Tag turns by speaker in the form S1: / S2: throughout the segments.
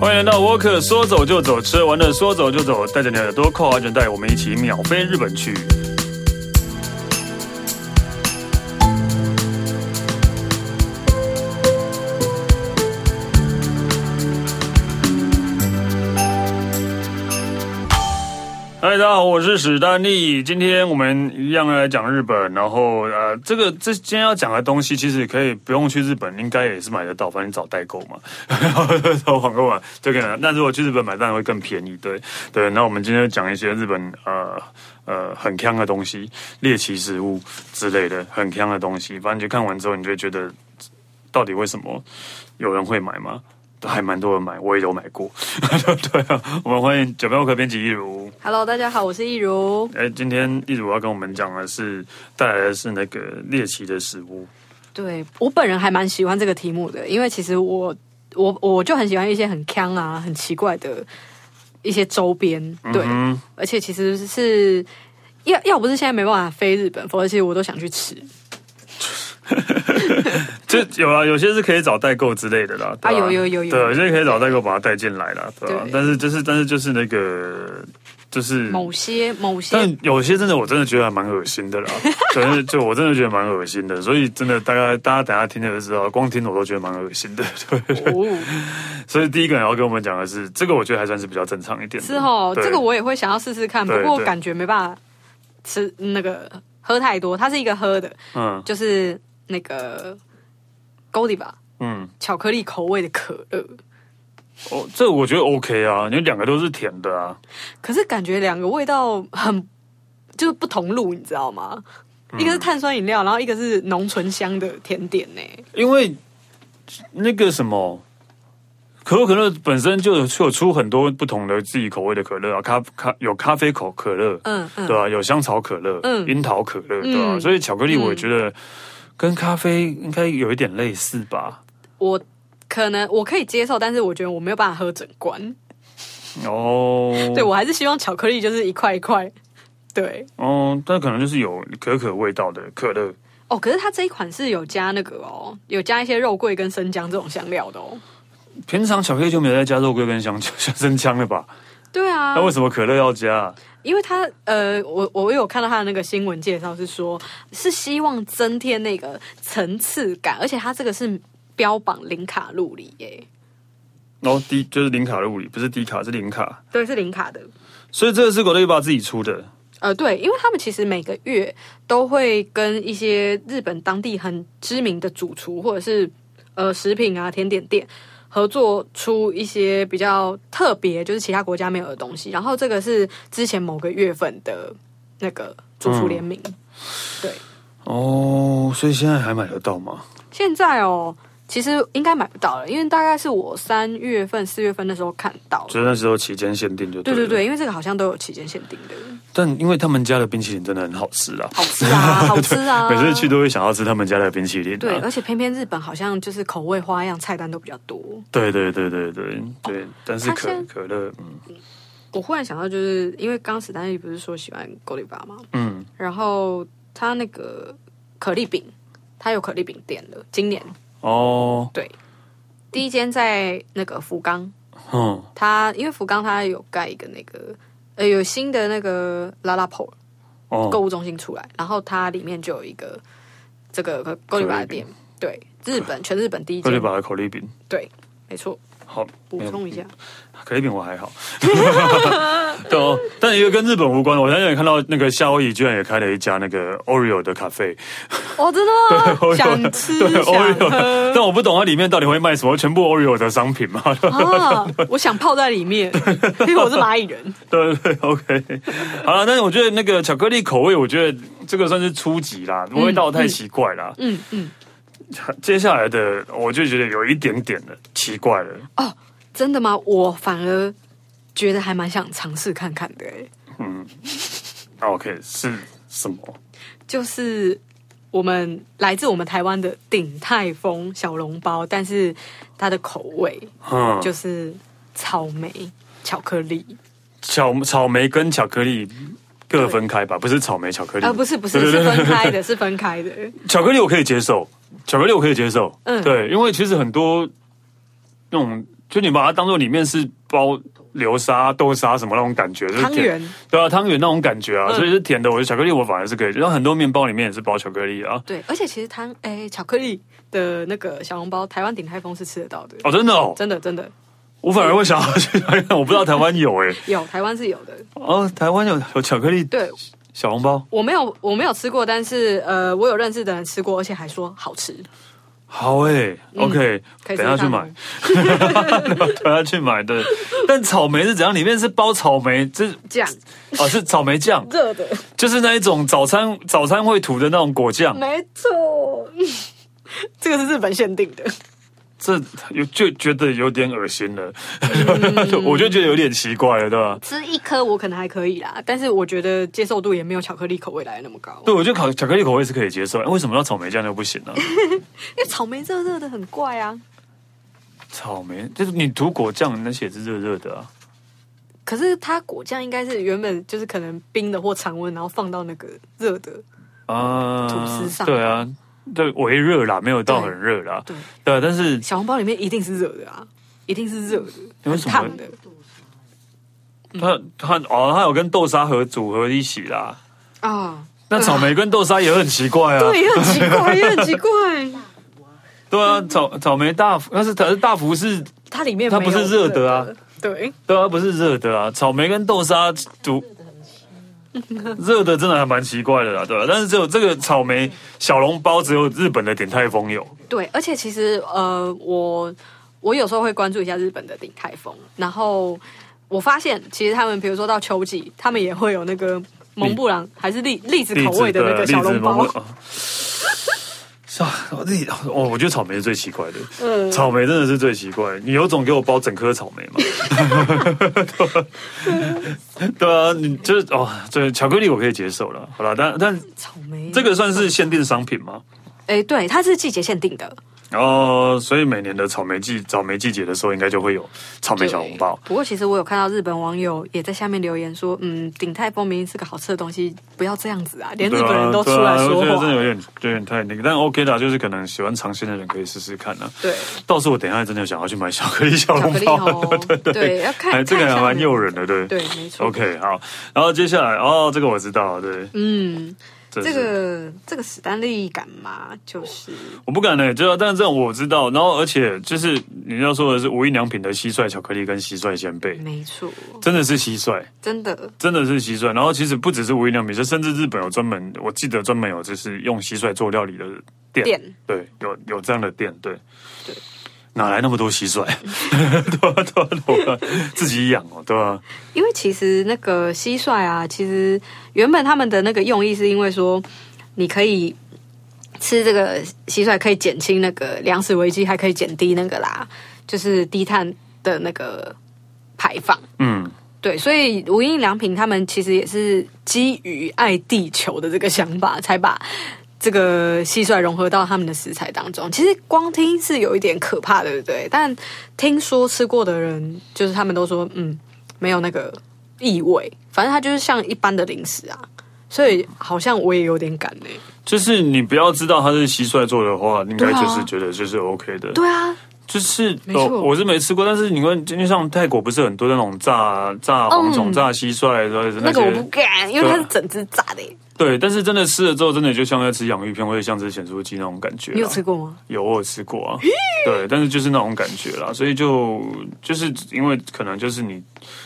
S1: 欢迎来到沃克，说走就走，吃完了说走就走，带着你的耳朵扣好安全带，我们一起秒飞日本去。嗨，大家好，我是史丹利。今天我们一样来讲日本，然后呃，这个这今天要讲的东西，其实可以不用去日本，应该也是买得到，反正找代购嘛， 然后找网购嘛，就可以拿。那如果去日本买，当然会更便宜，对对。那我们今天就讲一些日本呃呃很香的东西，猎奇食物之类的，很香的东西。反正你就看完之后，你就会觉得到底为什么有人会买吗？还蛮多人买，我也有买过。 对啊，我们欢迎九标客编辑一如。
S2: Hello，大家好，我是易如。
S1: 哎，今天一如要跟我们讲的是带来的是那个猎奇的食物，
S2: 对我本人还蛮喜欢这个题目的，因为其实我我我就很喜欢一些很康啊、很奇怪的一些周边，对，
S1: 嗯
S2: 而且其实是要要不是现在没办法飞日本，否则其实我都想去吃
S1: 这有啊，有些是可以找代购之类的啦。对吧
S2: 啊有有有有
S1: 对，有些可以找代购把它带进来啦，对吧
S2: 对
S1: 但是就是但是就是那个就是
S2: 某些某些
S1: 但有些真的，我真的觉得还蛮恶心 的啦。对，就我真的觉得蛮恶心的，所以真的大概大家等一下听了就知道，光听我都觉得蛮恶心的。对，
S2: 哦，
S1: 所以第一个人要跟我们讲的是，这个我觉得还算是比较正常一点的。
S2: 是哦，
S1: 对
S2: 这个我也会想要试试看，不
S1: 对
S2: 过
S1: 对
S2: 感觉没办法吃那个喝太多，它是一个喝的，
S1: 嗯
S2: 就是那个 Godiva
S1: 嗯，
S2: 巧克力口味的可乐。
S1: 哦，这我觉得 OK 啊，因为两个都是甜的啊。
S2: 可是感觉两个味道很就是不同路，你知道吗？
S1: 嗯
S2: 一个是碳酸饮料，然后一个是浓醇香的甜点呢、
S1: 因为那个什么，可口可乐本身就有就有出很多不同的自己口味的可乐啊，咖咖有咖啡口可乐，
S2: 嗯嗯
S1: 对吧、有香草可乐，
S2: 嗯
S1: 樱桃可乐，对吧、
S2: 嗯
S1: 所以巧克力我觉得跟咖啡应该有一点类似吧。
S2: 我可能我可以接受，但是我觉得我没有办法喝整罐。
S1: 哦，
S2: 对我还是希望巧克力就是一块一块。对
S1: 哦，但可能就是有可可味道的可乐。
S2: 哦，可是它这一款是有加那个哦，有加一些肉桂跟生姜这种香料的哦。
S1: 平常巧克力就没有再加肉桂跟香 生姜了吧？
S2: 对啊，
S1: 那为什么可乐要加？
S2: 因为他呃，我我有看到他的那个新闻介绍是说，是希望增添那个层次感，而且他这个是标榜零卡路里耶，
S1: 然后低就是零卡路里，不是低卡，是零卡。
S2: 对，是零卡的。
S1: 所以这个是狗乐巴自己出的。
S2: 呃，对，因为他们其实每个月都会跟一些日本当地很知名的主厨或者是呃食品啊甜点店合作出一些比较特别，就是其他国家没有的东西。然后这个是之前某个月份的那个主厨联名，对。
S1: 哦，所以现在还买得到吗？
S2: 现在哦，其实应该买不到了，因为大概是我三月份、四月份那时候看到的。
S1: 就是那时候期间限定就
S2: 对
S1: 对
S2: 对
S1: 了
S2: 对，。因为这个好像都有期间限定的，
S1: 但因为他们家的冰淇淋真的很好吃啦，
S2: 好吃啊，好吃 啊！嗯
S1: 每次去都会想要吃他们家的冰淇淋、啊。
S2: 对，而且偏偏日本好像就是口味花样菜单都比较多。
S1: 对对对对对对，但是
S2: 哦他
S1: 可
S2: 现
S1: 可乐，嗯
S2: 我忽然想到，就是因为刚史丹利不是说喜欢狗里巴吗？
S1: 嗯，
S2: 然后他那个可丽饼，他有可丽饼店了，今年
S1: 哦，
S2: 对，第一间在那个福冈，
S1: 嗯，
S2: 他因为福冈他有盖一个那个呃有新的那个拉拉 p 购
S1: 哦，
S2: 物中心出来，然后它里面就有一个这个 g o d i v
S1: 可
S2: a
S1: 丽
S2: 店，对，日本全日本第一
S1: 狗乐
S2: 间，
S1: 巴的口力饼，
S2: 对，没错，
S1: 好，嗯
S2: 补充一下，
S1: 可丽饼我还好， 对哦，但一个跟日本无关的，我前天也看到那个夏威夷居然也开了一家那个 Oreo 的咖啡，
S2: 哦，真的吗
S1: Oreo
S2: 想 吃
S1: 对
S2: 想
S1: Oreo，的
S2: 喝
S1: 但我不懂它里面到底会卖什么，全部 Oreo 的商品嘛？
S2: 啊，我想泡在里 面，因为我是蚂蚁人，
S1: 对对对，OK，好了，但是我觉得那个巧克力口味，我觉得这个算是初级啦，味道太奇怪啦。
S2: 嗯嗯，
S1: 接下来的我就觉得有一点点的奇怪了，
S2: 哦，真的吗？我反而觉得还蛮想尝试看看的，哎，
S1: 嗯，OK 是什么？
S2: 就是。我们来自我们台湾的鼎泰丰小笼包，但是它的口味
S1: 嗯，就
S2: 就是草莓巧克力。
S1: 巧草莓跟巧克力。各分开吧，不是草莓巧克力
S2: 啊，不是不是，
S1: 对
S2: 是
S1: 对对
S2: 分开的，是 分 开的。
S1: 巧克力我可以接受，巧克力我可以接受，
S2: 嗯
S1: 对，因为其实很多那种就你把它当做里面是包流沙、豆沙什么那种感觉，就是
S2: 汤
S1: 甜
S2: 圆
S1: 对啊，汤圆那种感觉啊，
S2: 嗯
S1: 所以是甜的。我觉得巧克力我反而是可以，然后很多面包里面也是包巧克力啊。
S2: 对，而且其实汤哎、巧克力的那个小笼包，台湾鼎泰丰是吃得到的，
S1: 哦，真的哦，
S2: 真的真的
S1: 我反而会想要去看看，我不知道
S2: 嗯
S1: 台湾有哎、
S2: 有，台湾是有的。
S1: 哦，台湾有有巧克力
S2: 对
S1: 小笼包，
S2: 我没有我没有吃过，但是呃，我有认识的人吃过，而且还说好吃。
S1: 好哎、o k
S2: 嗯可以
S1: 等一下
S2: 试
S1: 去
S2: 试看
S1: 买， 等一下去买对。但草莓是怎样？里面是包草莓，这
S2: 酱
S1: 哦是草莓酱，
S2: 热的，
S1: 就是那一种早餐早餐会涂的那种果酱，
S2: 没错，这个是日本限定的。
S1: 这有就觉得有点恶心了，
S2: 嗯
S1: 我就觉得有点奇怪了，对吧？
S2: 吃一颗我可能还可以啦，但是我觉得接受度也没有巧克力口味来的那么高。
S1: 对，我觉得巧巧克力口味是可以接受，哎为什么要草莓酱就不行呢、
S2: 因为草莓热热的很怪啊。
S1: 草莓就是你涂果酱那些也是热热的啊，
S2: 可是它果酱应该是原本就是可能冰的或常温，然后放到那个热的，
S1: 啊，
S2: 吐司上
S1: 对啊，对，微热啦，没有到
S2: 对
S1: 很热啦，
S2: 对，
S1: 对，啊但是
S2: 小笼包里面一定是热的啊，一定是热的，
S1: 为
S2: 很
S1: 什么
S2: 烫的嗯
S1: 它它哦，它有跟豆沙合组合一起啦。
S2: 啊。
S1: 那草莓跟豆沙也很奇怪啊，
S2: 对，也很奇怪，也很奇怪。
S1: 对啊，草草莓大福，但是可是大福是，
S2: 它里面
S1: 它不是
S2: 没有
S1: 热的啊
S2: 热的，对，
S1: 对啊，不是热的啊，草莓跟豆沙 煮热的真的还蛮奇怪的啦，对吧、啊但是只有这个草莓小笼包，只有日本的鼎泰丰有，
S2: 对，而且其实呃，我我有时候会关注一下日本的鼎泰丰，然后我发现其实他们比如说到秋季，他们也会有那个蒙布朗还是栗栗子 口味的那个
S1: 栗子
S2: 小笼包
S1: 蒙，古。 是啊，栗哦，我觉得草莓是最奇怪的，
S2: 嗯，
S1: 草莓真的是最奇怪的。你有种给我包整颗草莓嘛？ 对啊， 你就是哦，这巧克力我可以接受了，好了，但但
S2: 草莓
S1: 这个算是限定商品吗？
S2: 哎，对，它是季节限定的
S1: 哦，所以每年的草莓季草莓季节的时候，应该就会有草莓小红包
S2: 对。不过其实我有看到日本网友也在下面留言说，嗯，鼎泰丰明明是个好吃的东西，不要这样子啊，连日
S1: 对啊
S2: 本人都出
S1: 对啊
S2: 来说
S1: 我觉得
S2: 话
S1: 真的，有点有点太那个，但 OK 的啊，就是可能喜欢尝鲜的人可以试试看啊。
S2: 对。
S1: 到时候我等一下真的想要去买巧克力小
S2: 巧
S1: 笼
S2: 克力
S1: 包，
S2: 哦
S1: ，对对
S2: 对要看
S1: 哎这个
S2: 看一
S1: 还
S2: 下
S1: 蛮
S2: 那
S1: 诱
S2: 个
S1: 人的，对
S2: 对，没错。
S1: OK，好，然后接下来哦，这个我知道，对，
S2: 嗯，
S1: 这
S2: 这
S1: 是
S2: 个这个史丹利敢吗？就是
S1: 我不敢呢、知道，但是这种我知道。然后，而且就是你要说的是无印良品的蟋蟀巧克力跟蟋蟀鲜贝，
S2: 没错，
S1: 真的是蟋蟀，
S2: 真的
S1: 真的是蟋蟀。然后其实不只是无印良品，就甚至日本有专门，我记得专门有就是用蟋蟀做料理的店，
S2: 店
S1: 对，有有这样的店，对，
S2: 对
S1: 哪来那么多蟋蟀？ 对啊对啊对啊，自己养哦，对啊，
S2: 因为其实那个蟋蟀啊，其实原本他们的那个用意是因为说，你可以吃这个蟋蟀，可以减轻那个粮食危机，还可以减低那个啦，就是低碳的那个排放。
S1: 嗯，
S2: 对，所以无印良品他们其实也是基于爱地球的这个想法，才把这个蟋蟀融合到他们的食材当中。其实光听是有一点可怕的，对不对？但听说吃过的人，就是他们都说，嗯，没有那个异味，反正它就是像一般的零食啊。所以好像我也有点敢呢、
S1: 就是你不要知道它是蟋蟀做的话，应该
S2: 对啊
S1: 就是觉得就是 OK 的，
S2: 对啊，
S1: 就是
S2: 没
S1: 哦，
S2: 错
S1: 我是没吃过，但是你问，今天像泰国不是很多那种炸炸蝗虫、
S2: 嗯
S1: 炸蟋蟀，或者是那
S2: 那个
S1: 些啊
S2: 我不敢，因为它是整只炸的、欸。
S1: 对，但是真的吃了之后，真的就像在吃洋芋片或者像吃咸酥鸡那种感觉啦。啊
S2: 你有吃过吗？
S1: 有，我有吃过啊。对，但是就是那种感觉啦，所以就就是因为可能就是你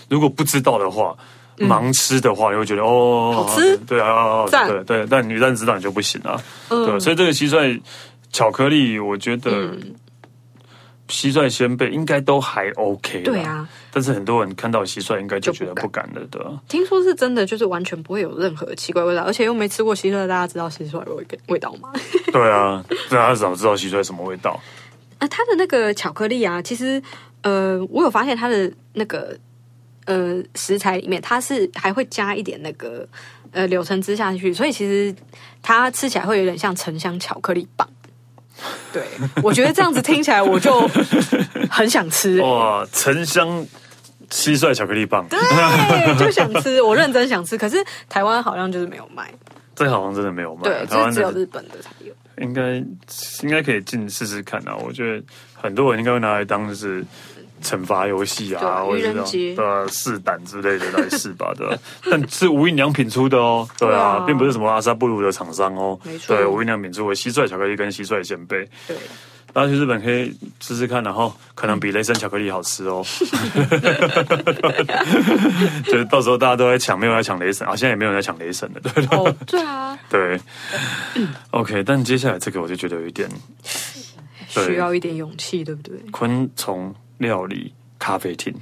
S1: 如果不知道的话。盲吃的话，你会觉得哦，
S2: 嗯好吃
S1: 对啊，
S2: 赞嗯
S1: 对对，但你一旦知道你就不行了，对，啊所以这个蟋蟀巧克力，我觉得蟋蟀鲜贝应该都还 OK，啦
S2: 对啊，
S1: 但是很多人看到蟋蟀应该就
S2: 就
S1: 觉
S2: 不
S1: 得不敢了，对吧？
S2: 听说是真的，就是完全不会有任何奇怪味道，而且又没吃过蟋蟀，大家知道蟋蟀有味味道 吗？
S1: 对啊，大家怎么知道蟋蟀什么味道？
S2: 啊，它的那个巧克力啊，其实呃，我有发现它的那个呃食材里面，它是还会加一点那个呃柳橙汁下去，所以其实它吃起来会有点像沉香巧克力棒。对，我觉得这样子听起来我 就很想吃、
S1: 哇，沉香蟋蟀巧克力棒，
S2: 对，就想吃，我认真想吃。可是台湾好像就是没有卖，
S1: 这好像真的没有卖，
S2: 对，
S1: 台
S2: 就是
S1: 湾
S2: 只有
S1: 的
S2: 日本的才有。
S1: 应该应该可以进试试看啊。我觉得很多人应该会拿来当就是惩罚游戏
S2: 对
S1: 啊，
S2: 啊
S1: 或者
S2: 愚人
S1: 是
S2: 节
S1: 对啊试胆之类的来试 吧，对吧？啊但是无印良品出的哦，对
S2: 对
S1: 啊
S2: 啊，
S1: 并不是什么阿萨布鲁的厂商哦，
S2: 没错
S1: 对，无印良品出的蟋蟀巧克力跟蟋蟀鲜贝，
S2: 对，
S1: 大家去日本可以试试看，然后可能比雷神巧克力好吃 哦。就是到时候大家都在抢，没有人在抢雷神啊，现在也没有人在抢雷神了，对
S2: 哦，对啊，
S1: 对。OK，但接下来这个我就觉得有一点对
S2: 需要一点勇气，对不对？
S1: 昆虫料理咖啡厅，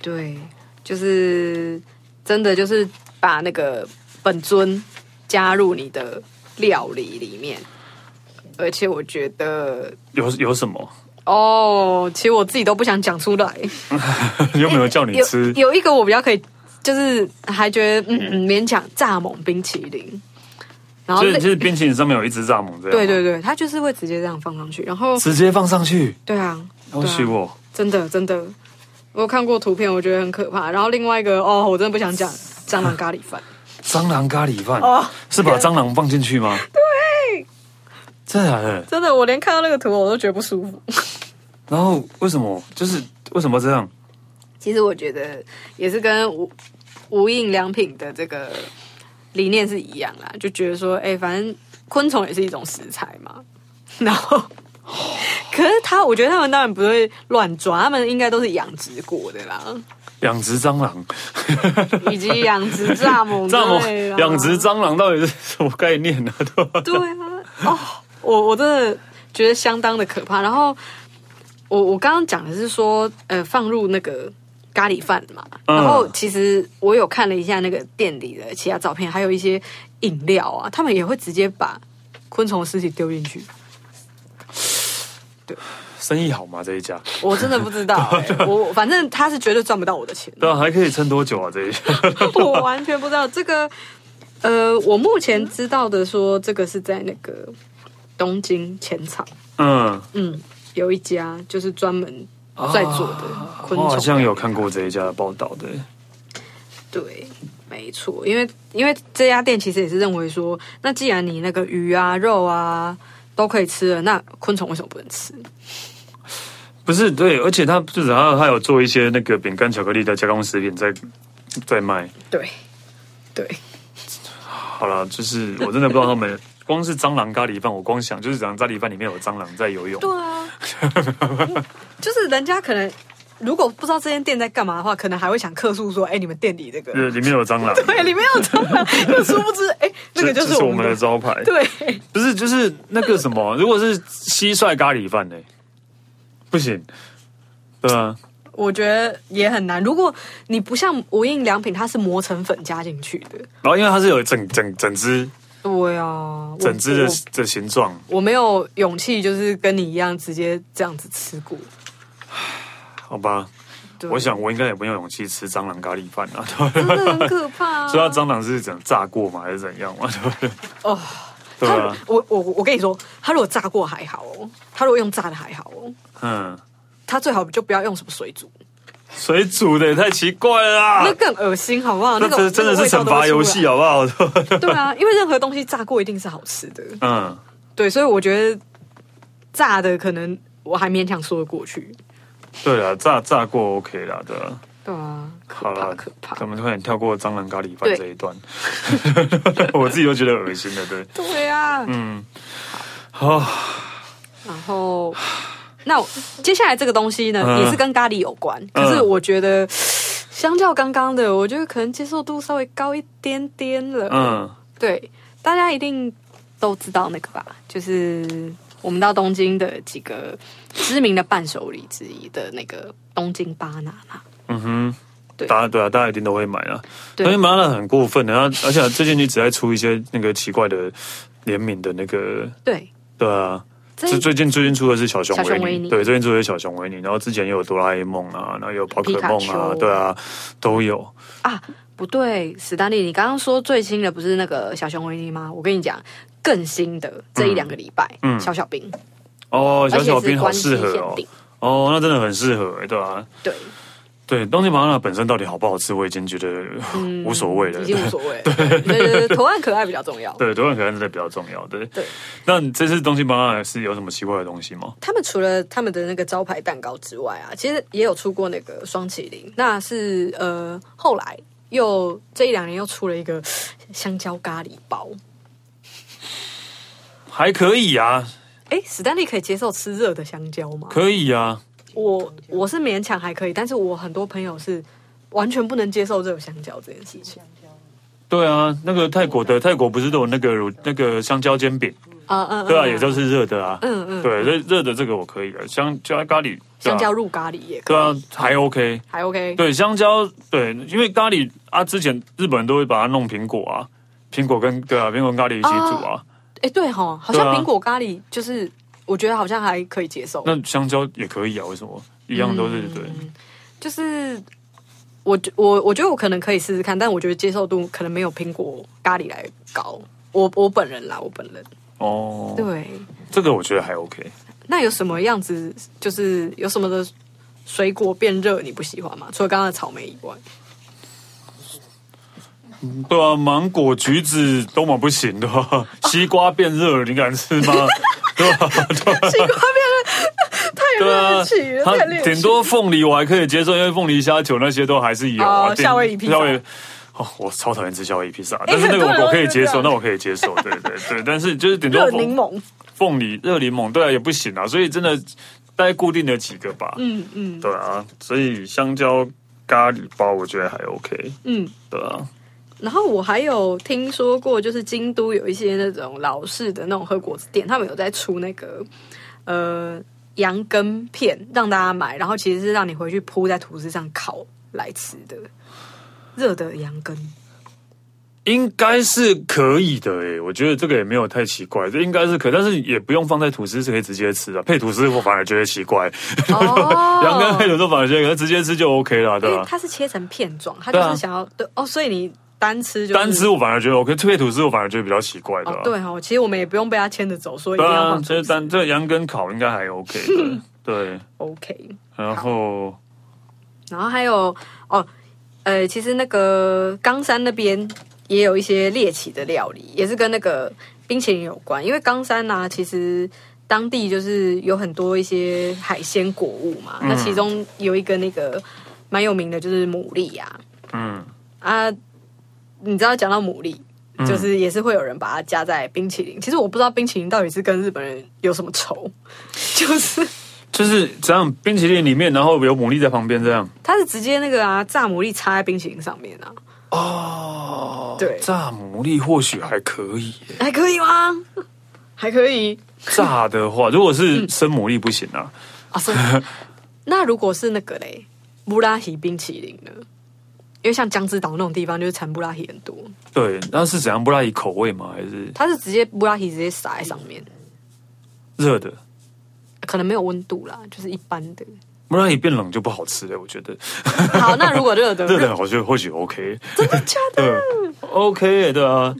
S2: 对，就是真的就是把那个本尊加入你的料理里面，而且我觉得
S1: 有有什 么？
S2: 哦，其实我自己都不想讲出来。
S1: 有没有叫你
S2: 有
S1: 吃？
S2: 有一个我比较可以，就是还觉得嗯嗯勉强蚱蜢冰淇淋，然后
S1: 就是
S2: 类
S1: 就是冰淇淋上面有一只蚱蜢这样，
S2: 对对，对，它就是会直接这样放上去，然后
S1: 直接放上去，
S2: 对啊，
S1: 要
S2: 对啊
S1: 许我。
S2: 真的真的，我有看过图片，我觉得很可怕。然后另外一个哦，我真的不想讲蟑螂咖喱饭，
S1: 蟑螂咖喱饭、
S2: 哦
S1: 是把蟑螂放进去 吗？对，真的假的？
S2: 真的我连看到那个图我都觉得不舒服。
S1: 然后为什么就是为什么这样？
S2: 其实我觉得也是跟无无印良品的这个理念是一样啦，就觉得说，哎、反正昆虫也是一种食材嘛， 然后。可是他，我觉得他们当然不会乱抓，他们应该都是养殖过的啦，
S1: 养殖蟑螂，
S2: 以及养殖蚱蜢之
S1: 蚱
S2: 类啊啦。
S1: 蜢养殖蟑螂到底是什么概念 呢、对吧？
S2: 对啊，哦，我我真的觉得相当的可怕。然后我我刚刚讲的是说，呃，放入那个咖喱饭嘛，
S1: 嗯
S2: 然后其实我有看了一下那个店里的其他照片，还有一些饮料啊，他们也会直接把昆虫尸体丢进去。
S1: 生意好吗这一家？
S2: 我真的不知道、
S1: 啊
S2: 欸，我反正他是绝对赚不到我的钱，
S1: 对啊，还可以撑多久啊这一家？
S2: 我完全不知道这个。呃，我目前知道的说，这个是在那个东京浅草。
S1: 嗯，
S2: 嗯，有一家就是专门在做的昆
S1: 我
S2: 虫、
S1: 哦好像有看过这一家的报道的。
S2: 对，没错，因为因为这家店其实也是认为说，那既然你那个鱼啊、肉啊都可以吃了，那昆虫为什么不能吃？
S1: 不是对，而且他就是他他有做一些那个饼干、巧克力的加工食品在在卖。
S2: 对，对，
S1: 好了，就是我真的不知道他们光是蟑螂咖喱饭，我光想就是讲咖喱饭里面有蟑螂在游泳。
S2: 对啊， 就是人家可能如果不知道这间店在干嘛的话，可能还会想客诉说，哎、你们店里这个。
S1: 呃，里面有蟑螂，
S2: 对，里面有蟑螂，又殊不知，哎、那个
S1: 这
S2: 就是
S1: 这
S2: 我们
S1: 的
S2: 的。
S1: 招牌。
S2: 对，
S1: 不是，就是那个什么，如果是蟋蟀咖喱饭呢、不行，对啊，
S2: 我觉得也很难。如果你不像无印良品，它是磨成粉加进去的，
S1: 然后因为它是有整整整只
S2: 对啊，我
S1: 整只的
S2: 我
S1: 的形状，
S2: 我没有勇气，就是跟你一样直接这样子吃过。
S1: 好吧，
S2: 对
S1: 我想我应该也没有勇气吃蟑螂咖喱饭啊，对吧
S2: 真的很可怕、 啊。
S1: 所以它蟑螂是怎炸过嘛，还是怎样嘛， 对不对？
S2: 哦，
S1: 对
S2: 他
S1: 啊，
S2: 我我我跟你说，他如果炸过还好哦，他如果用炸的还好哦，
S1: 嗯，
S2: 他最好就不要用什么水煮，
S1: 水煮的也太奇怪了啊
S2: 那更恶心好不好？那
S1: 那这
S2: 个
S1: 真的是惩罚游戏
S2: 啊！
S1: 好不好？ 对吧
S2: 对啊，因为任何东西炸过一定是好吃的，
S1: 嗯，
S2: 对，所以我觉得炸的可能我还勉强说得过去。
S1: 对了，炸炸过 OK 啦，对啊。
S2: 对啊，
S1: 好
S2: 可怕
S1: 了，
S2: 可怕
S1: 咱。们快点跳过蟑螂咖喱饭
S2: 对
S1: 这一段， 我自己都觉得恶心了。对，
S2: 对啊，
S1: 嗯，好，
S2: 然后，那我接下来这个东西呢，
S1: 嗯
S2: 也是跟咖喱有关，可是我觉得，相较刚刚的，我觉得可能接受度稍微高一点点了。
S1: 嗯，
S2: 对，大家一定都知道那个吧，就是我们到东京的几个知名的伴手礼之一的那个东京巴拿拿。
S1: 嗯哼。
S2: 对
S1: 大家对啊，大家一定都会买啊。
S2: 对
S1: 东京麻辣很过分的，然后而且最近一直在出一些那个奇怪的联名的那个，
S2: 对，
S1: 对啊。
S2: 这
S1: 最最近最近出的是小熊
S2: 小熊
S1: 维
S2: 维
S1: 尼，
S2: 尼
S1: 对，最近出的是小熊维尼，然后之前也有哆啦 A 梦啊，然后也有宝可
S2: 皮卡
S1: 梦啊，
S2: 丘
S1: 对啊，都有。
S2: 啊，不对，史丹利，你刚刚说最新的不是那个小熊维尼吗？我跟你讲，更新的这一两个礼拜，
S1: 嗯
S2: 小小兵，
S1: 哦，小
S2: 而且
S1: 小
S2: 是
S1: 兵好
S2: 关机
S1: 适合
S2: 限
S1: 哦
S2: 定。，
S1: 哦，那真的很适合、欸，对啊。
S2: 对，
S1: 对，东京麻辣本身到底好不好吃，我已经觉得呃 无所谓了。
S2: 嗯已经无所谓了。对对对，图案可爱比较重要。
S1: 对，多人可能真的比较重要。对，
S2: 对
S1: 那你这次东京麻辣是有什么奇怪的东西吗？
S2: 他们除了他们的那个招牌蛋糕之外啊，其实也有出过那个双麒麟，那是呃后来又这一两年又出了一个香蕉咖喱包。
S1: 还可以啊，
S2: 哎，史丹利可以接受吃热的香蕉吗？
S1: 可以啊，
S2: 我我是勉强还可以，但是我很多朋友是完全不能接受热香蕉这件事情。
S1: 对啊，那个泰国的泰国不是都有那个乳那个香蕉煎饼？
S2: 啊嗯，嗯
S1: 对啊，
S2: 嗯
S1: 也就是热的啊。
S2: 嗯嗯
S1: 对，热热的这个我可以的，香蕉咖喱，对啊
S2: 香蕉入咖喱也可
S1: 对
S2: 以，
S1: 啊，还 OK。
S2: 还 OK。
S1: 对，香蕉，对，因为咖喱啊，之前日本人都会把它弄苹果啊，苹果跟对啊，苹果跟咖喱一起煮啊。
S2: 哎，对哈，好像
S1: 对啊
S2: 苹果咖喱就是，我觉得好像还可以接受。
S1: 那香蕉也可以啊，为什么？一样都是、
S2: 嗯
S1: 对。
S2: 就是我觉我我觉得我可能可以试试看，但我觉得接受度可能没有苹果咖喱来高。我我本人啦，我本人
S1: 哦，
S2: 对。
S1: 这个我觉得还 OK。
S2: 那有什么样子？就是有什么的水果变热你不喜欢吗？除了刚刚的草莓以外，
S1: 对啊，芒果、橘子都蛮不行的、啊，西瓜变热了，你敢吃吗？
S2: 西瓜变得太
S1: 对
S2: 猎
S1: 啊
S2: 奇，了，
S1: 它
S2: 太猎奇了。
S1: 顶多凤梨我还可以接受，因为凤梨虾球那些都还是有啊。
S2: 哦
S1: 顶
S2: 夏威夷披萨
S1: 夏威夷哦，我超讨厌吃夏威夷披萨，但是那
S2: 很
S1: 个
S2: 多人
S1: 我可以
S2: 都
S1: 接受，
S2: 这样
S1: 那我可以接受，对对 对。但是就是顶多
S2: 热
S1: 凤
S2: 柠檬，
S1: 凤梨热柠檬，对啊，也不行啊，所以真的大概固定的几个吧。
S2: 嗯嗯
S1: 对啊，所以香蕉咖喱包我觉得还 OK。
S2: 嗯。
S1: 对啊，
S2: 然后我还有听说过，就是京都有一些那种老式的那种喝果子店，他们有在出那个呃羊羹片让大家买，然后其实是让你回去铺在吐司上烤来吃的热的羊羹。
S1: 应该是可以的诶，我觉得这个也没有太奇怪，这应该是可以，但是也不用放在吐司是可以直接吃的，配吐司我反而觉得奇怪，
S2: 哦
S1: 羊羹配吐司反而觉得可能直接吃就 OK 了，对
S2: 因
S1: 吧、
S2: 为它是切成片状，它就
S1: 对啊
S2: 是想要对哦，所以你单吃就是
S1: 单吃我反而觉得 OK，配吐司我反而觉得比较奇怪的、
S2: 哦，对哦，其实我们也不用被它牵着走，说一
S1: 对
S2: 定要
S1: 啊
S2: 放，
S1: 这
S2: 吐司
S1: 单这羊羹烤应该还 OK 的， 对，
S2: OK。
S1: 然后
S2: 然后还有哦，呃，其实那个冈山那边也有一些猎奇的料理，也是跟那个冰淇淋有关，因为冈山呢、啊其实。当地就是有很多一些海鲜果物嘛，那其中有一个那个蛮有名的，就是牡蛎啊
S1: 嗯，
S2: 啊，你知道讲到牡蛎，就是也是会有人把它加在冰淇淋。其实我不知道冰淇淋到底是跟日本人有什么仇，就是
S1: 就是这样冰淇淋里面，然后有牡蛎在旁边这样。
S2: 它是直接那个啊炸牡蛎插在冰淇淋上面啊，
S1: 哦，
S2: 对
S1: 炸牡蛎或许还可以 耶，
S2: 还可以吗？还可以
S1: 炸的话，如果
S2: 嗯
S1: 是生牡蛎不行啊。
S2: 啊，是。 那如果是那个嘞，布拉提冰淇淋呢？因为像江之岛那种地方，就是产布拉提很多，
S1: 对，那是怎样？布拉提口味吗？还是
S2: 它是直接布拉提直接撒在上面，
S1: 热的？
S2: 可能没有温度啦，就是一般 的。
S1: 布拉提变冷就不好吃了，我觉 得
S2: 好，那如果热的，
S1: 热的我觉得或许 OK，
S2: 真的假的？
S1: 对，OK 对啊，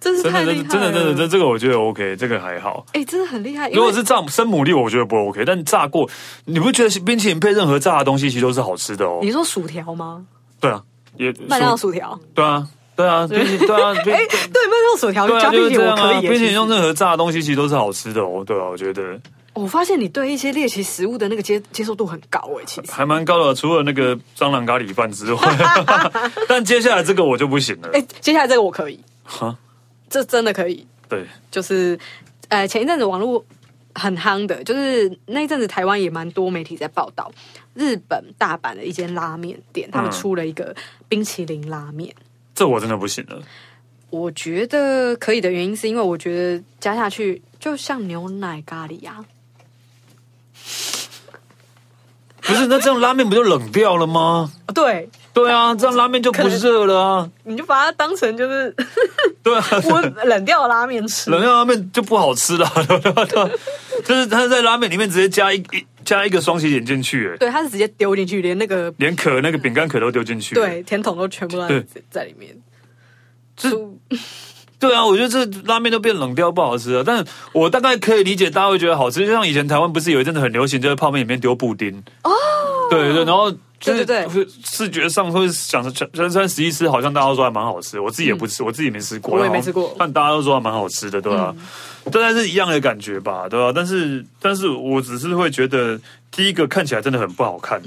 S2: 真是
S1: 真的
S2: 太
S1: 真
S2: 厉
S1: 的
S2: 害
S1: 真的真的
S2: 了！
S1: 真的这个我觉得 OK，这个还好。
S2: 哎、真的很厉害。因为
S1: 如果是炸生牡蛎，我觉得不 OK，但炸过，你不觉得冰淇淋配任何炸的东西其实都是好吃的哦？
S2: 你说薯条吗？
S1: 对啊，也
S2: 麦当劳薯条？
S1: 对啊，对 啊，就是对啊，对
S2: 哎、 对，麦当劳薯条
S1: 对
S2: 加
S1: 啊，就
S2: 冰
S1: 是
S2: 淇淋
S1: 这样
S2: 我可
S1: 啊。
S2: 以耶。
S1: 冰淇
S2: 其
S1: 淋
S2: 实
S1: 用任何炸的东西其实都是好吃的哦。对啊，我觉得
S2: 我发现你对一些猎奇食物的那个接接受度很高哎，其实。
S1: 还蛮高的，除了那个蟑螂咖喱饭之 外， 但接下来这个我就不行了
S2: 哎、。接下来这个我可以，
S1: 哈，
S2: 这真的可以。
S1: 对，
S2: 就是呃，前一阵子网络很夯的，就是那一阵子台湾也蛮多媒体在报道日本大阪的一间拉面店，他们
S1: 嗯
S2: 出了一个冰淇淋拉面。
S1: 这我真的不行了。
S2: 我觉得可以的原因是因为我觉得加下去就像牛奶咖喱啊，
S1: 不是，那这样拉面不就冷掉了吗？
S2: 哦对，
S1: 对啊，这样拉面就不热了啊。
S2: 你就把它当成就是
S1: 对啊，
S2: 我冷掉的拉面吃
S1: 冷掉拉面就不好吃了。 对啊对啊就是他在拉面里面直接加一一加一个双喜点进去，哎
S2: 对，它是直接丢进去，连那个
S1: 连壳那个饼干壳都丢进去。
S2: 对甜筒都全部都在
S1: 对
S2: 在里面。
S1: 这
S2: 出
S1: 对啊，我觉得这拉面都变冷掉，不好吃了。但我大概可以理解大家会觉得好吃，就像以前台湾不是有一阵子很流行，就是泡面里面丢布丁。哦，对对，然后就是
S2: 对对对
S1: 视觉上会想着全全川十一吃，好像大家都说还蛮好吃，我自己也不吃，我自己没吃过，
S2: 我也
S1: 然后
S2: 没吃过
S1: 但大家都说还蛮好吃的，对啊，但但是一样的感觉吧，对吧、但是但是我只是会觉得。第一个看起来真的很不好看，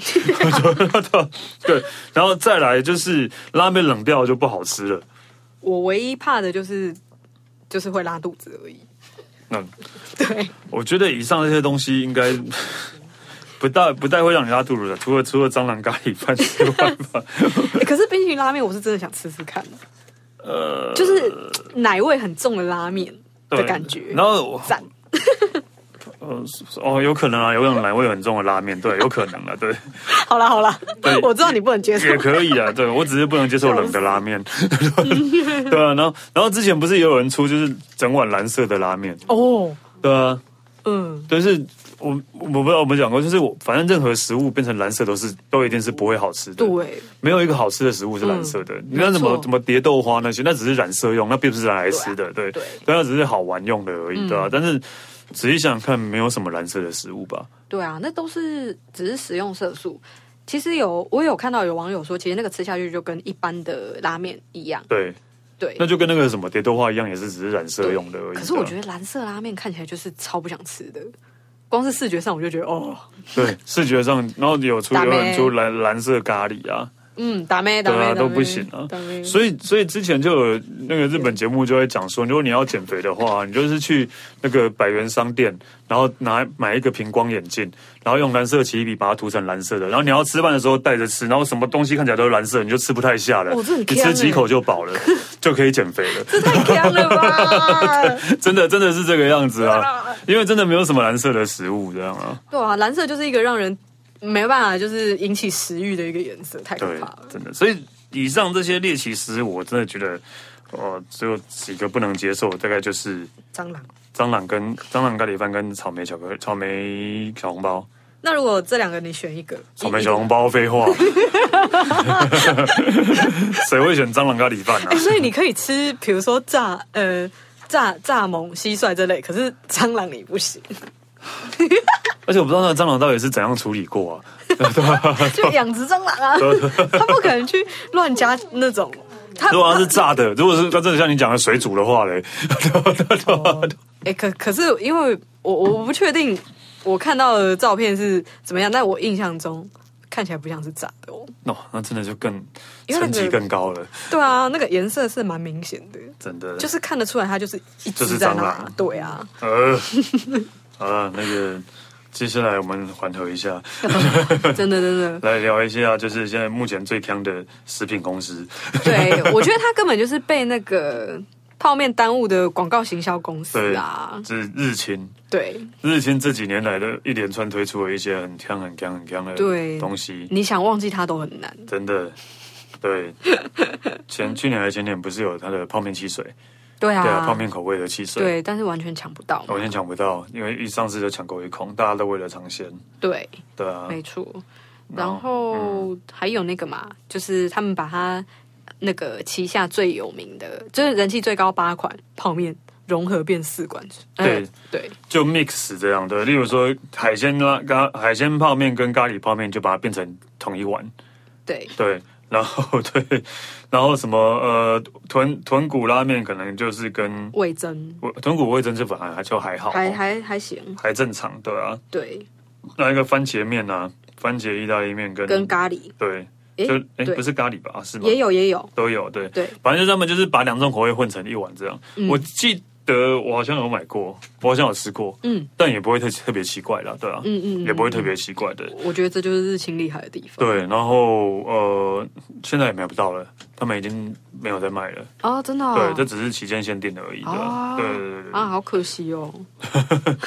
S1: 对，然后再来就是拉面冷掉就不好吃了。
S2: 我唯一怕的就是就是会拉肚子而已。
S1: 嗯，
S2: 对，欸
S1: 我觉得以上这些东西应该 不大不太会让你拉肚子的，除了除了蟑螂咖喱饭之外 吧。
S2: 欸可是冰淇淋拉面我是真的想吃吃看，
S1: 呃，
S2: 就是奶味很重的拉面的
S1: 对
S2: 感觉
S1: 然。后我
S2: 赞，
S1: 呃哦，有可能啊，有可能来味很重的拉面，对，有可能啊， 对，
S2: 好啦好啦
S1: 对，
S2: 我知道你不能接 受
S1: 也。可以啊，对我只是不能接受冷的拉面， 对啊，然后然后之前不是也有人出就是整碗蓝色的拉面，
S2: 哦，
S1: 对啊，
S2: 嗯，
S1: 但是我我不知道我们讲过，就是我反正任何食物变成蓝色都是都一定是不会好吃的，
S2: 对，
S1: 没有一个好吃的食物是蓝色的。你那怎么
S2: 嗯没错
S1: 怎么蝶豆花那些，那只是染色用，那并不是拿来吃的，对，
S2: 对嗯
S1: 对，那只是好玩用的而已，对啊。但是仔细想想看，没有什么蓝色的食物吧？
S2: 对啊，那都是只是食用色素。其实有我有看到有网友说，其实那个吃下去就跟一般的拉面一样，
S1: 对，
S2: 对
S1: 那。就跟那个什么蝶豆花一样，也是只是染色用的而已。啊
S2: 可是我觉
S1: 得，
S2: 得蓝色拉面看起来就是超不想吃的，光是视觉上我就觉得哦，
S1: 对，视觉上，然后有出
S2: 打
S1: 有
S2: 咩
S1: 人出蓝蓝色咖喱啊，
S2: 嗯，打咩打
S1: 对啊
S2: 咩
S1: 都不行啊
S2: 打咩。
S1: 所以所以之前就有那个日本节目就会讲说，如果你要减肥的话，你就是去那个百元商店，然后拿买一个平光眼镜，然后用蓝色起笔把它涂成蓝色的，然后你要吃饭的时候戴着吃，然后什么东西看起来都是蓝色，你就吃不太下了，
S2: 哦这很
S1: 你
S2: 呛
S1: 吃
S2: 欸
S1: 几口就饱 了，就可以减肥了。
S2: 这太香了吧！
S1: 真的真的是这个样子啊
S2: 啊，
S1: 因为真的没有什么蓝色的食物这样啊。
S2: 对啊，蓝色就是一个让人没办法，就是引起食欲的一个颜色，太可
S1: 对
S2: 怕了，。
S1: 真的。所以以上这些猎奇食，我真的觉得，呃，只有几个不能接受，大概就是
S2: 蟑螂。
S1: 蟑螂跟蟑螂咖喱饭跟草莓巧克力、草莓小红包、
S2: 那如果这两个你选一个，
S1: 草莓
S2: 一
S1: 小红包，废 话，谁会选蟑螂咖喱饭呢、啊
S2: 哎、所以你可以吃，比如说炸呃炸炸蜢、蟋蟀这类，可是蟑螂你 不行，
S1: 而且我不知道那个蟑螂到底是怎样处理过啊。
S2: 就养殖蟑螂 啊，它不可能去乱加那种。它
S1: 如果它是炸的，如果是它真的像你讲的水煮的话嘞，
S2: 哎、可可是因为我我我不确定我看到的照片是怎么样，但我印象中看起来不像是炸的哦。
S1: 哦，那真的就更
S2: 因为那
S1: 层
S2: 个
S1: 级更高了，
S2: 对啊，那个颜色是蛮明显的，
S1: 真的
S2: 就是看得出来它就是一
S1: 就
S2: 只
S1: 是
S2: 在
S1: 蟑
S2: 那
S1: 螂。
S2: 对啊，
S1: 呃， 好了，那个接下来我们缓和一下，
S2: 真的真的，
S1: 来聊一下，就是现在目前最强的食品公司。
S2: 对我觉得它根本就是被那个泡面耽误的广告行销公司
S1: 对
S2: 啊，
S1: 这是日清。
S2: 对。
S1: 日清这几年来的一连串推出了一些很强、很强、很强的
S2: 对
S1: 东西，
S2: 你想忘记它都很难。
S1: 真的。对， 前去年还前年不是有它的泡面汽水，
S2: 对啊，
S1: 对啊，泡面口味的汽水，
S2: 对但是完全抢不到嘛。
S1: 我先抢不到，因为一上市就抢购一空，大家都为了尝鲜，
S2: 对，
S1: 对啊，
S2: 没错。然后还有那个嘛，就是他们把它那个旗下最有名的，就是人气最高八款泡面融合变四款。呃
S1: 对
S2: 对
S1: 就 mix 这样的，例如说海鲜啦，咖海鲜泡面跟咖喱泡面就把它变成同一碗，
S2: 对
S1: 对，然后 对，然后什么呃豚豚骨拉面可能就是跟
S2: 味增
S1: 豚骨味增这反而就还好，
S2: 还还还行，
S1: 还正常，对啊，
S2: 对，
S1: 那一个番茄面啊，番茄意大利面跟
S2: 跟咖喱
S1: 对，
S2: 诶
S1: 就哎
S2: 对
S1: 不是咖喱吧，是吗？
S2: 也有也有，
S1: 都有对，
S2: 对
S1: 反正就是他们就是把两种口味混成一碗这样。
S2: 嗯
S1: 我记得我好像有买过，我好像有吃过，
S2: 嗯，
S1: 但也不会特特别奇怪啦，对啊，
S2: 嗯嗯嗯
S1: 也不会特别奇怪的。
S2: 我觉得这就是日清厉害的地方。
S1: 对，然后呃，现在也买不到了，他们已经没有在卖了。
S2: 哦，真的哦、
S1: 对，这只是期间限定的而已，对吧？
S2: 哦
S1: 对对对
S2: 啊，好可惜哦。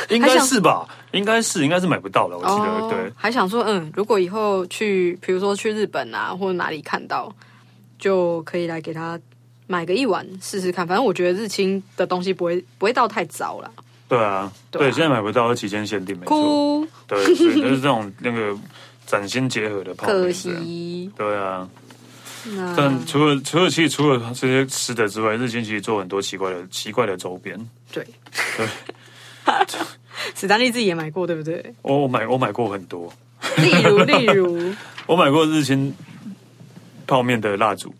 S1: 对，应该是吧？应该是，应该是买不到了，我记得。对，
S2: 哦还想说，嗯，如果以后去，比如说去日本啊，或者哪里看到，就可以来给他买个一碗试试看。反正我觉得日清的东西不会不会到太早了。
S1: 对啊，
S2: 对啊
S1: 对，现在买不到，期间限定没错。
S2: 哭，
S1: 对，所以就是这种那个崭新结合的泡面，
S2: 可
S1: 这样。
S2: 惜。嗯
S1: 对啊，
S2: 那
S1: 但除了除了其实除了这些吃的之外，日清其实做很多奇怪的奇怪的周边。
S2: 对，
S1: 对，
S2: 史丹利自己也买过，对不对？
S1: 我我买我买过很多，
S2: 例如，例 如，
S1: 我买过日清泡面的蜡烛，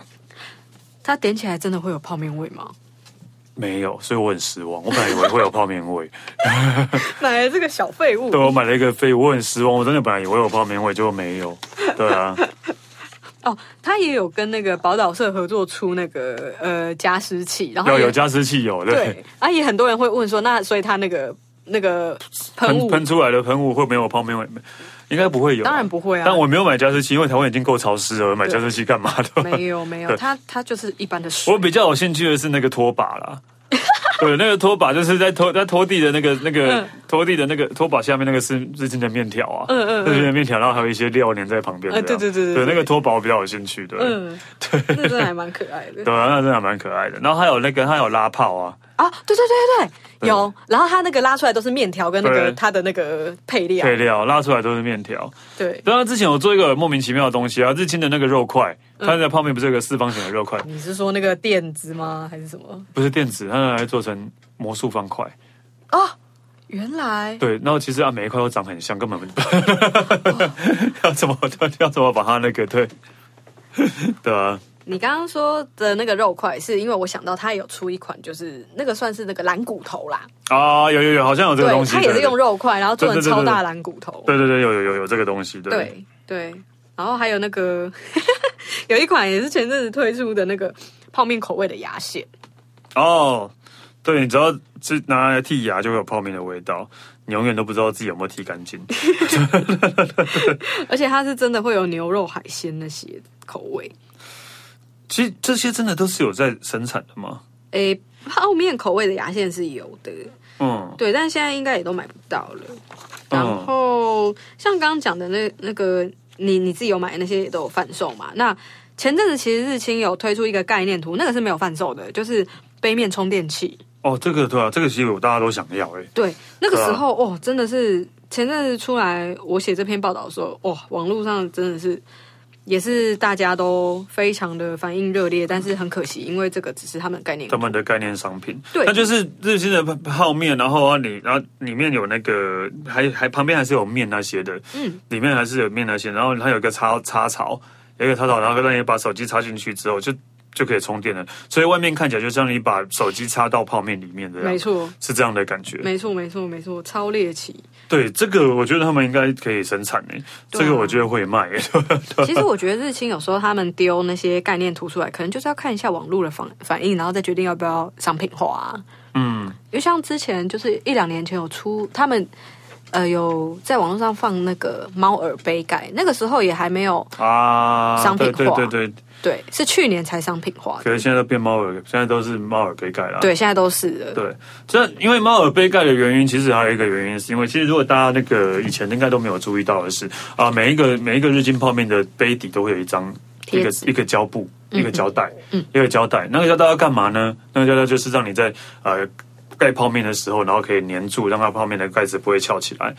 S2: 它点起来真的会有泡面味吗？
S1: 没有，所以我很失望。我本来以为会有泡面味，
S2: 买了这个小废物
S1: 对，我买了一个废，我很失望。我真的本来以为有泡面味，结果没有。对啊，
S2: 哦，它也有跟那个宝岛社合作出那个呃加湿器，然后
S1: 要
S2: 也
S1: 有加湿器有，对
S2: 对，啊，也很多人会问说，那所以它那个那个喷
S1: 喷
S2: 雾，
S1: 喷出来的喷雾会没有泡面味，应该不会有啊。
S2: 当然不会啊，
S1: 但我没有买加湿器，因为台湾已经够潮湿了，我买
S2: 对
S1: 加湿器干嘛的？
S2: 没有没有，它它就是一般的 水
S1: 我，比较有兴趣的是那个拖把 啦。对，那个拖把就是在拖在拖地的那个那个
S2: 嗯
S1: 拖地的那个拖把下面那个是日清的面条啊，
S2: 嗯嗯嗯
S1: 日清的面条，然后还有一些料粘在旁边这样。
S2: 呃对对对对
S1: 对，
S2: 对
S1: 那个拖把我比较有兴趣的。嗯，
S2: 嗯，对，那真的还蛮可爱的
S1: 对啊，那真的还蛮可爱的。然后还有那个，它有拉泡啊，
S2: 啊，对对对对对，有，然后它那个拉出来都是面条跟那个
S1: 对
S2: 它的那个配料，
S1: 配料拉出来都是面条。
S2: 对，
S1: 对啊，之前我做一个莫名其妙的东西啊，日清的那个肉块，
S2: 嗯
S1: 它的泡面不是有个四方形的肉块，
S2: 你是说那个垫子吗？还是什么？
S1: 不是电子，它拿来做成魔术方块。
S2: 哦，原来
S1: 对，然后其实啊，每一块都长很像，根本不
S2: 哦
S1: 要怎么要怎么把它那个对 对啊，
S2: 你刚刚说的那个肉块，是因为我想到它有出一款，就是那个算是那个蓝骨头啦，
S1: 啊，有有有，好像有这个东
S2: 对，
S1: 西，
S2: 它也是用肉块，然后做成
S1: 对对对对
S2: 超大蓝骨头，
S1: 对，对对对，有有有有这个东西，对
S2: 对对，然后还有那个 有一款也是前阵子推出的那个泡面口味的牙线，
S1: 哦，对，你只要是拿来剔牙，就会有泡面的味道，你永远都不知道自己有没有剔干净。
S2: 而且它是真的会有牛肉、海鲜那些口味。
S1: 其实这些真的都是有在生产的吗？
S2: 诶，泡面口味的牙线是有的，
S1: 嗯，
S2: 对，但现在应该也都买不到了。
S1: 嗯
S2: 然后、像刚刚讲的那那个，你你自己有买的那些也都有贩售嘛？那前阵子其实日清有推出一个概念图，那个是没有贩售的，就是杯面充电器。
S1: 哦，这个对啊，这个其实我大家都想要哎、
S2: 对，那个
S1: 对啊
S2: 时候、哦，真的是前阵子出来，我写这篇报道的时候，哇、网络上真的是也是大家都非常的反应热烈，但是很可惜，因为这个只是他们的概念
S1: 他。们的概念商品，
S2: 对
S1: 那就是日清的泡面，然后啊你，然后里面有那个，还还旁边还是有面那些的，
S2: 嗯，
S1: 里面还是有面那些，然后它有一个插插槽，有一个插槽，然后让你把手机插进去之后就就可以充电了，所以外面看起来就像你把手机插到泡面里面的，
S2: 没，错，
S1: 是这样的感觉。
S2: 没错，没错，没错，超猎奇。
S1: 对，这个我觉得他们应该可以生产诶、
S2: 对
S1: 这
S2: 啊
S1: 个我觉得会卖、欸，
S2: 其实我觉得日清有时候他们丢那些概念图出来，可能就是要看一下网络的反反应，然后再决定要不要商品化、啊。
S1: 嗯，
S2: 因为像之前就是一两年前有出他们。呃，有在网络上放那个猫耳杯盖，那个时候也还没有，
S1: 啊，
S2: 商品化
S1: 对对对对，
S2: 对，是去年才商品化
S1: 可
S2: 的
S1: 是，现在都变猫耳，现在都是猫耳杯盖了，
S2: 对，现在都是了，
S1: 对，啊这因为猫耳杯盖的原因，其实还有一个原因，是因为其实如果大家那个以前应该都没有注意到的是，啊、每一个每一个日清泡面的杯底都会有一张一
S2: 贴
S1: 个
S2: 纸嗯
S1: 一个胶布，一个胶带，一个胶带。那个胶带要干嘛呢？那个胶带就是让你在呃盖泡面的时候，然后可以粘住，让它泡面的盖子不会翘起来。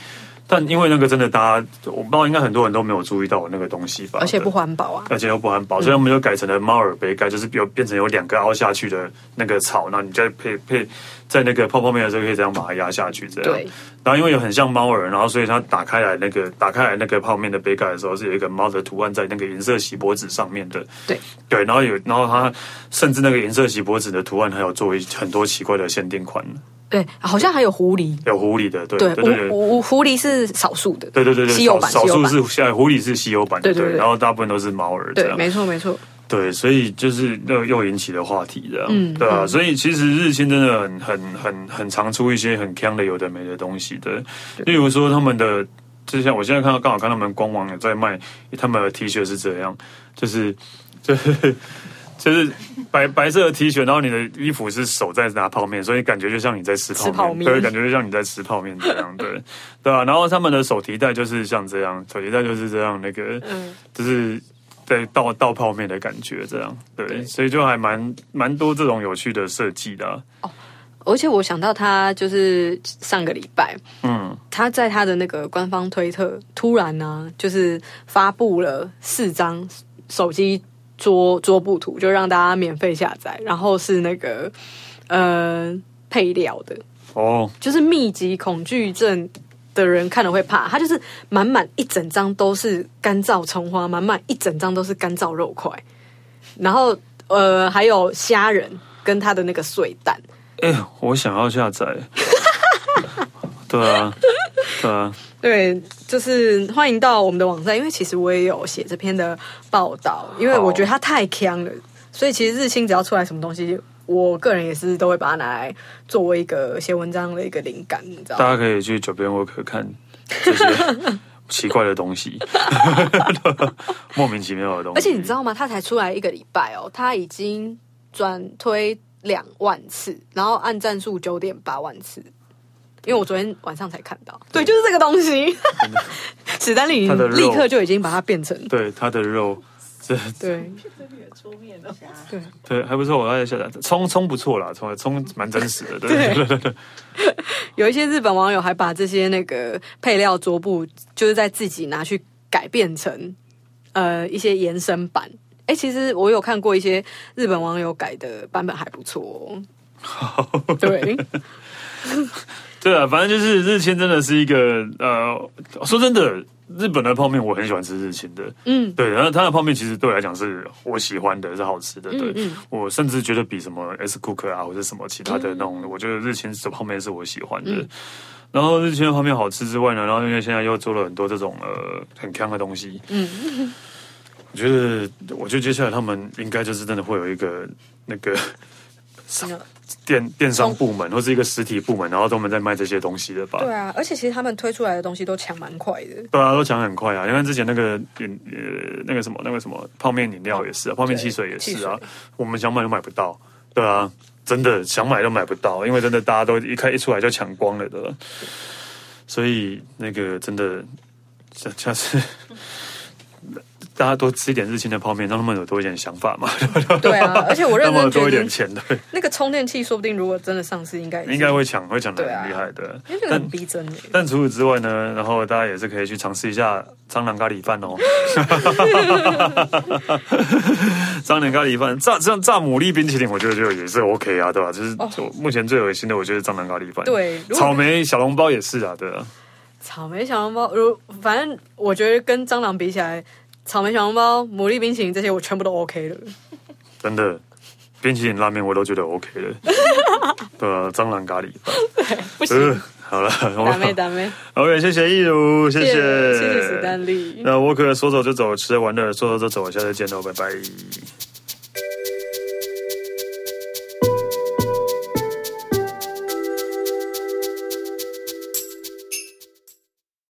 S1: 但因为那个真的，大家我不知道，应该很多人都没有注意到那个东西吧？
S2: 而且不
S1: 对
S2: 环保啊，
S1: 而且又不环保，所以我们就改成了猫耳杯盖，就是有变成有两个凹下去的那个草，然后你再配配在那个泡泡面的时候可以这样把它压下去，这样。
S2: 对。
S1: 然后因为有很像猫耳，然后所以它打开来那个打开来那个泡面的杯盖的时候，是有一个猫的图案在那个银色锡箔纸上面的。
S2: 对
S1: 对，然后有然后它甚至那个银色锡箔纸的图案还有做一很多奇怪的限定款，
S2: 对，好像还有狐狸，
S1: 有狐狸的，对
S2: 对，
S1: 对对。对
S2: 狐狐狐狸是少数的，
S1: 对对对对，
S2: 稀有版，
S1: 少
S2: 稀有
S1: 数
S2: 版，
S1: 是现在狐狸是稀有版的，
S2: 对对对
S1: 然后大部分都是啊猫耳，这
S2: 对，
S1: 样。
S2: 没错没错，
S1: 对，所以就是又又引起了话题这样，
S2: 嗯
S1: 对啊，
S2: 嗯
S1: 所以其实日清真的很很很很常出一些很坑的有的没的东西的，例如说他们的，就像我现在看到刚好看他们官网有在卖他们的 T 恤是这样，就是就是。就是白白色的 T 恤，然后你的衣服是手在拿泡面，所以感觉就像你在吃泡面，
S2: 吃泡面
S1: 对，感觉就像你在吃泡面这样，对，对啊。然后他们的手提袋就是像这样，手提袋就是这样，那个，
S2: 嗯，
S1: 就是在倒倒泡面的感觉，这样对，
S2: 对
S1: 所以就还蛮蛮多这种有趣的设计的啊、
S2: 而且我想到他就是上个礼拜，
S1: 嗯，
S2: 他在他的那个官方推特突然呢、就是发布了四张手机桌桌布图，就让大家免费下载，然后是那个呃配料的，
S1: 哦，
S2: 就是密集恐惧症的人看了会怕，它就是满满一整张都是干燥葱花，满满一整张都是干燥肉块，然后呃还有虾仁跟它的那个碎蛋，
S1: 哎、我想要下载。 对啊，对啊，
S2: 对，就是欢迎到我们的网站，因为其实我也有写这篇的报道，因为
S1: 好
S2: 我觉得它太强了，所以其实日清只要出来什么东西，我个人也是都会把它拿来作为一个写文章的一个灵感，你知道
S1: 大
S2: 吗？
S1: 家可以去九边 work 看这 些奇怪的东西， 莫名其妙的东西。
S2: 而且你知道吗？它才出来一个礼拜哦，它已经转推两万次，然后按赞数九点八万次。因为我昨天晚上才看到，对，就是这个东西。 史丹利
S1: 它的肉
S2: 立刻就已经把它变成
S1: 对它的肉，这
S2: 对
S3: 桌面的虾，
S2: 对
S1: 对还不错，我要下载葱葱不错啦，葱葱蛮真实的，对
S2: 对，有一些日本网友还把这些那个配料桌布，就是在自己拿去改变成呃一些延伸版。哎、其实我有看过一些日本网友改的版本，还不错、哦。好，对，
S1: 对啊，反正就是日清真的是一个呃，说真的，日本的泡面我很喜欢吃日清的，
S2: 嗯，
S1: 对，然后它的泡面其实对我来讲是我喜欢的，是好吃的，对、我甚至觉得比什么 S Cook 啊或者什么其他的那种，我觉得日清的泡面是我喜欢的。然后日清的泡面好吃之外呢，然后因为现在又做了很多这种呃很康的东西，嗯，我觉得我觉得接下来他们应该就是真的会有一个那个 商电电商部门或是一个实体部门，然后专门在卖这些东西的吧？
S2: 对啊，而且其实他们推出来的东西都抢蛮快的。
S1: 对啊，都抢很快啊！你看之前那个饮呃那个什么那个什么泡面饮料也是啊，泡面汽水也
S2: 哦汽
S1: 是
S2: 水
S1: 啊，我们想买都买不到，对啊，真的想买都买不到，因为真的大家都一开一出来就抢光了的，所以那个真的下下次大家多吃一点日清的泡面，让他们有多一点想法嘛，
S2: 对啊，而且我认
S1: 让他们有
S2: 真觉
S1: 多一点
S2: 得
S1: 钱的，
S2: 那个充电器，说不定如果真的上市，应该也是
S1: 应该，会抢会抢的
S2: 对啊
S1: 很厉害的，
S2: 因为那个很逼真的。
S1: 但除此之外呢，然后大家也是可以去尝试一下蟑螂咖喱饭 哦。蟑螂咖喱饭炸这样炸牡蛎冰淇淋，我觉得就也是 OK 啊，对吧？就是我目前最恶心的，我觉得是蟑螂咖喱饭。
S2: 哦对如果
S1: 草莓小笼包也是啊，对啊，
S2: 草莓小笼包，如反正我觉得跟蟑螂比起来，草莓小笼包、牡蛎冰淇淋这些我全部都 OK 了。
S1: 真的。冰淇淋拉面我都觉得 OK 了， 对啊，蟑螂咖喱饭，
S2: 不行，
S1: 呃，好了，我
S2: 打妹
S1: 们
S2: 打妹，
S1: OK，谢谢易如，谢
S2: 谢
S1: 谢，
S2: 谢谢史丹利。
S1: 哦那沃克说走就走，吃着玩乐，说走就走，下次见喽，拜拜。